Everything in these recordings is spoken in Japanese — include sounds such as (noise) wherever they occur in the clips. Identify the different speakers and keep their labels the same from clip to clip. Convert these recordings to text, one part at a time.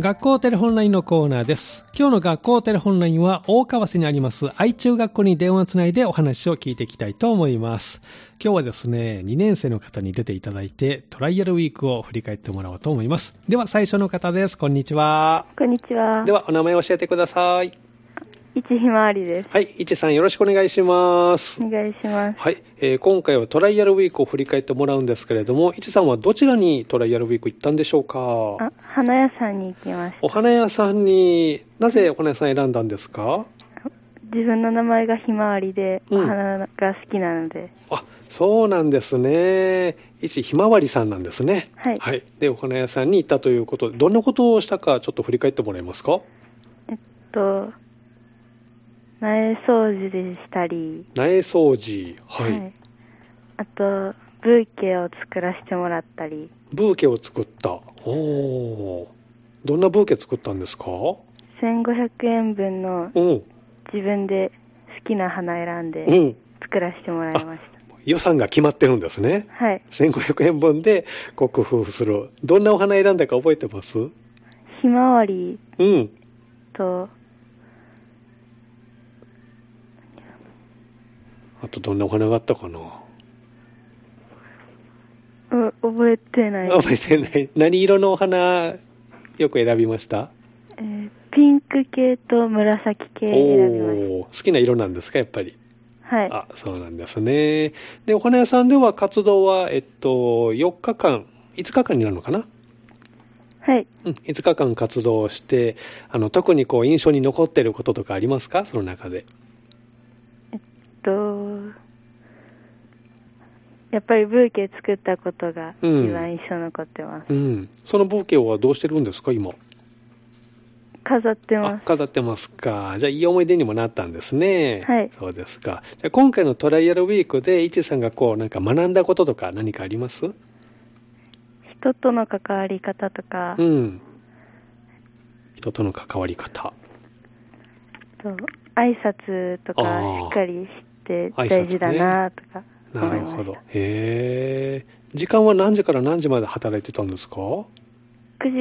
Speaker 1: 学校テレホンラインのコーナーです。今日の学校テレホンラインは大川瀬にあります愛中学校に電話をつないでお話を聞いていきたいと思います。今日はですね、2年生の方に出ていただいてトライアルウィークを振り返ってもらおうと思います。では最初の方です。こんにちは。
Speaker 2: こんにちは。
Speaker 1: で、はお名前を教えてください。
Speaker 2: いちひまわりです。
Speaker 1: はい、いちさんよろしくお願いします。
Speaker 2: お願いします。
Speaker 1: はい、えー今回はトライアルウィークを振り返ってもらうんですけれども、いちさんはどちらにトライアルウィーク行ったんでしょうか
Speaker 2: あ、花屋さんに行きまし
Speaker 1: お花屋さんになぜお花屋さん選んだんですか
Speaker 2: た。自分の名前がひまわりで、
Speaker 1: うん
Speaker 2: お花が好きなので、
Speaker 1: あそうなんですね一ひまわりさんなんですね
Speaker 2: はい
Speaker 1: でお花屋さんに行ったということでどんなことをしたかちょっと振り返ってもらえますか
Speaker 2: えっと、苗掃除でしたり、
Speaker 1: 苗掃除はい、
Speaker 2: あと、ブーケを作らせてもらったり、
Speaker 1: ブーケを作ったおーどんなブーケ作ったんですか
Speaker 2: 1500円分の
Speaker 1: うん
Speaker 2: 自分で好きな花選ん
Speaker 1: う
Speaker 2: で
Speaker 1: ん
Speaker 2: 作らせてもらいまし
Speaker 1: 予算が決まってるんですね
Speaker 2: た。はい。
Speaker 1: 1500円分でこう工夫するどんなお花選んだか覚えてます
Speaker 2: ひまわり
Speaker 1: うん
Speaker 2: と、
Speaker 1: あとどんなお花があったかな
Speaker 2: う覚えてない。
Speaker 1: 覚えてない。何色のお花、よく選びました
Speaker 2: えーピンク系と紫系選びまし
Speaker 1: おー好きな色なんですか、やっぱり。
Speaker 2: た。はい。
Speaker 1: あ、そうなんですね。で、お花屋さんでは活動は、えっと、4日間、5日間になるのかな
Speaker 2: はい。
Speaker 1: うん、5日間活動をして、あの、特にこう、印象に残ってることとかありますかその中で。
Speaker 2: えっと、やっぱりブーケ作ったことが一
Speaker 1: うん
Speaker 2: 番印象に残ってます。
Speaker 1: うん。そのブーケはどうしてるんですか、今。
Speaker 2: 飾ってま
Speaker 1: あ
Speaker 2: す。
Speaker 1: 飾ってますか。じゃあ、いい思い出にもなったんですね。
Speaker 2: はい
Speaker 1: そうですか。じゃあ、今回のトライアルウィークで、いちさんがこう、なんか学んだこととか何かあります
Speaker 2: 人との関わり方とか、
Speaker 1: うん。人との関わり方。
Speaker 2: と挨拶とか
Speaker 1: あー
Speaker 2: しっかりして
Speaker 1: 挨拶ね
Speaker 2: 大事だなとか
Speaker 1: な
Speaker 2: 思い
Speaker 1: る
Speaker 2: ました。
Speaker 1: ほど。へえ。時間は何時から何時まで働いてたんですか
Speaker 2: 9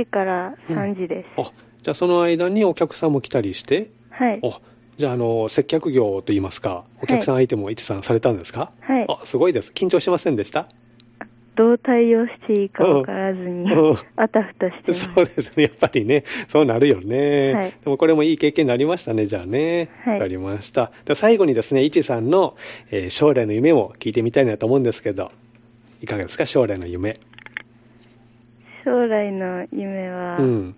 Speaker 2: 時から3時です。
Speaker 1: あ、じゃあその間にお客さんも来たりして、
Speaker 2: はい。
Speaker 1: あ、じゃああの、接客業といいますか、お客さん相手も一さんされたんですか、
Speaker 2: はい。
Speaker 1: あ、すごいです。緊張しませんでした
Speaker 2: どう対応していいかわからずに
Speaker 1: うんうん、
Speaker 2: あたふたしてます。
Speaker 1: (laughs) そうですね、やっぱりね、そうなるよね、
Speaker 2: はい
Speaker 1: でもこれもいい経験になりましたね、じゃあね、
Speaker 2: はい
Speaker 1: わかりました、では最後にですね、いちさんの、えー将来の夢を聞いてみたいなと思うんですけど、いかがですか、将来の夢。
Speaker 2: 将来の夢
Speaker 1: う
Speaker 2: は、
Speaker 1: ん、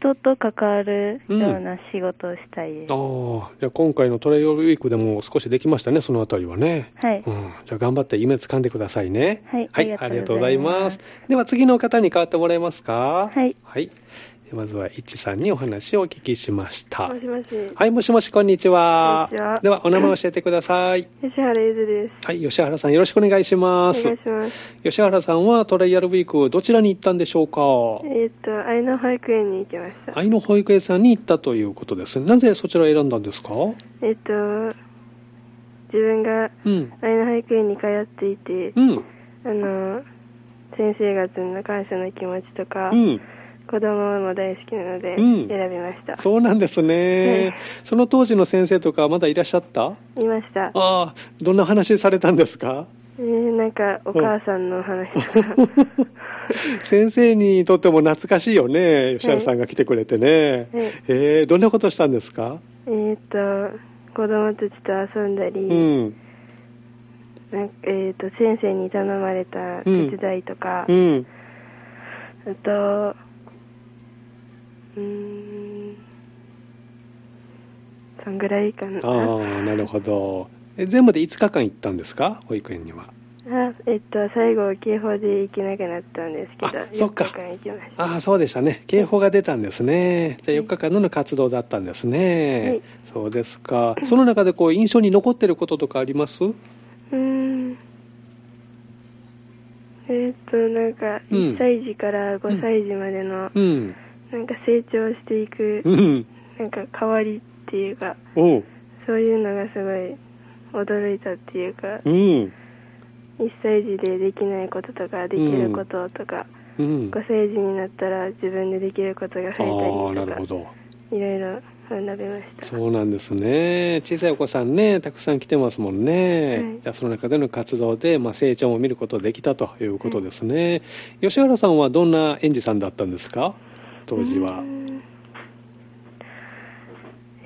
Speaker 2: 人と関わるような仕事をしたいです。
Speaker 1: あーじゃあ、今回のトライアルウィークでも少しできましたね、そのあたりはね。
Speaker 2: はい。
Speaker 1: うん、じゃあ頑張って夢掴んでくださいね。
Speaker 2: はい
Speaker 1: あ
Speaker 2: あ
Speaker 1: り
Speaker 2: り
Speaker 1: が
Speaker 2: が
Speaker 1: と
Speaker 2: と
Speaker 1: う
Speaker 2: うご
Speaker 1: ござ
Speaker 2: ざ
Speaker 1: い
Speaker 2: い
Speaker 1: ま
Speaker 2: ますす。
Speaker 1: では次の方に代わってもらえますか。
Speaker 2: はい
Speaker 1: はい。まずは、いちさんにお話をお聞きしました。
Speaker 3: もしもし。
Speaker 1: はい、もしもし、こんにちは。
Speaker 3: こんにちは
Speaker 1: では、お名前を教えてください。
Speaker 3: 吉原ゆずです。
Speaker 1: はい、吉原さん、よろしくお願いし
Speaker 3: お
Speaker 1: ま
Speaker 3: 願
Speaker 1: す
Speaker 3: い。します。
Speaker 1: 吉原さんはトライアルウィーク、どちらに行ったんでしょう
Speaker 3: えーっと、愛の保育園に行きました。
Speaker 1: か愛の保育園さんに行ったということです。なぜそちらを選んだんですか
Speaker 3: えーっと、自分が
Speaker 1: うん。
Speaker 3: 愛の保育園に通っていて
Speaker 1: う、ん。
Speaker 3: あの、先生方の感謝の気持ちとか、
Speaker 1: うん。
Speaker 3: 子供も大好きなので、
Speaker 1: うん
Speaker 3: 選びました。
Speaker 1: そうなんですね。その当時の先生とかまだいらっしゃった
Speaker 3: いました。
Speaker 1: ああ、どんな話されたんですか
Speaker 3: えーなんか、お母さんのお話と
Speaker 1: (laughs)
Speaker 3: か。
Speaker 1: 先生にとっても懐かしいよね。吉原さんが来てくれてね。
Speaker 3: はい
Speaker 1: えーどんなことしたんですか
Speaker 3: えーっと、子供たちと遊んだり、
Speaker 1: うん。
Speaker 3: なんかえーっと、先生に頼まれた手伝いとか、
Speaker 1: うん。
Speaker 3: あと、うーん、そんぐらいかな。
Speaker 1: ああ、なるほど。え全部で5日間行ったんですか保育園には。
Speaker 3: あえっと、最後、警報で行けなくなったんですけど
Speaker 1: あ、そっか
Speaker 3: 4日間行きました。
Speaker 1: ああ、そうでしたね。警報が出たんですね。じゃあ
Speaker 3: は
Speaker 1: 4
Speaker 3: い
Speaker 1: 日間の活動だったんですね。
Speaker 3: はい
Speaker 1: そうですか。その中でこう印象に残ってることとかあります
Speaker 3: うーん。えっと、なんか、
Speaker 1: うん
Speaker 3: 1歳児から5歳児までの、
Speaker 1: うん。
Speaker 3: なんか成長していく
Speaker 1: う、ん。
Speaker 3: なんか変わりっていうか、
Speaker 1: おう。
Speaker 3: そういうのがすごい驚いたっていうか
Speaker 1: う、ん。
Speaker 3: 1歳児でできないこととか、できることとか、
Speaker 1: うん
Speaker 3: 5歳児になったら自分でできることが増えたり
Speaker 1: ああ、な
Speaker 3: と
Speaker 1: る
Speaker 3: か
Speaker 1: ほど。
Speaker 3: いろいろ学べました
Speaker 1: そうなんですね。小さいお子さんね、たくさん来てますもんね。
Speaker 3: はい
Speaker 1: じゃあその中での活動で、まあ、成長も見ることができたということですね。吉原さんはどんな園児さんだったんですか当時は
Speaker 3: う。ん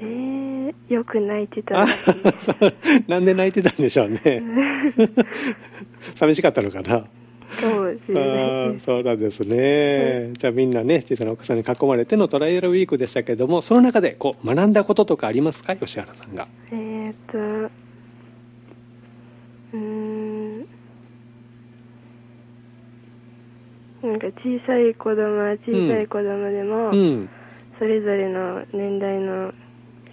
Speaker 3: えー、よく泣いてた
Speaker 1: あ (laughs)
Speaker 3: んですね
Speaker 1: なんで泣いてたんでし
Speaker 3: (laughs)
Speaker 1: ょうね。寂しかったのかな。
Speaker 3: かもしれな
Speaker 1: あ
Speaker 3: い
Speaker 1: ー
Speaker 3: です
Speaker 1: そうなんですね、じゃあみんなね小さなお子さんに囲まれてのトライアルウィークでしたけどもその中でこう学んだこととかありますか吉原さんが
Speaker 3: えー、っとうーんなんか小さい子供は小さい子供でも、
Speaker 1: うん
Speaker 3: それぞれの年代の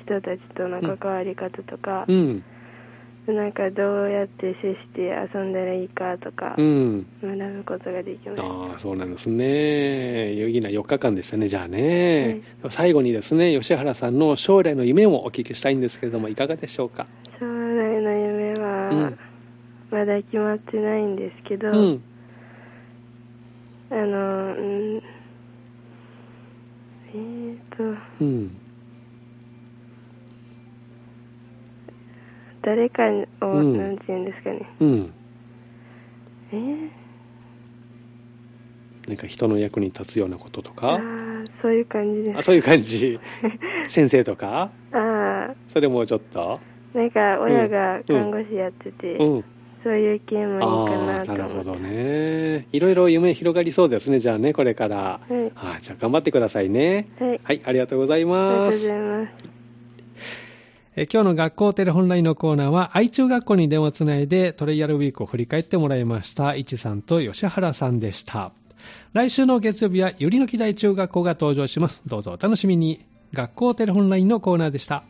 Speaker 3: 人たちとの関わり方とか、
Speaker 1: うん
Speaker 3: なんかどうやって接して遊んだらいいかとか、
Speaker 1: うん
Speaker 3: 学ぶことができました。
Speaker 1: ああそうなんですね有意義な4日間でしたねじゃあね、最後にですね吉原さんの将来の夢をお聞きしたいんですけれどもいかがでしょうか
Speaker 3: 将来の夢は、
Speaker 1: うん
Speaker 3: まだ決まってないんですけど、
Speaker 1: うん
Speaker 3: あの、うん、えーと、
Speaker 1: うん
Speaker 3: 誰かを、
Speaker 1: うん
Speaker 3: なんて言うんですかね。
Speaker 1: うん
Speaker 3: えー、
Speaker 1: なんか人の役に立つようなことと
Speaker 3: あ
Speaker 1: か
Speaker 3: ーそういう感じです。
Speaker 1: あそういう感
Speaker 3: (laughs)
Speaker 1: じ先生とか
Speaker 3: あ
Speaker 1: それもうちょっと
Speaker 3: ーなんか親が看護師やってて、
Speaker 1: うん
Speaker 3: そういう系もいいか
Speaker 1: あ
Speaker 3: な
Speaker 1: あー
Speaker 3: と
Speaker 1: なる
Speaker 3: 思
Speaker 1: ほ
Speaker 3: っ
Speaker 1: ど
Speaker 3: て。
Speaker 1: ねいろいろ夢広がりそうですねじゃあねこれから、
Speaker 3: はい
Speaker 1: あーじゃあ頑張ってくださいね
Speaker 3: はい。
Speaker 1: はいありがとうござい
Speaker 3: ありが
Speaker 1: ま
Speaker 3: とうご
Speaker 1: す
Speaker 3: ざいます。
Speaker 1: えー今日の学校テレホンラインのコーナーは愛中学校に電話つないでトレイアルウィークを振り返ってもらいましたいちさんと吉原さんでした来週の月曜日はゆりの木台中学校が登場しますどうぞお楽しみに学校テレホンラインのコーナーでした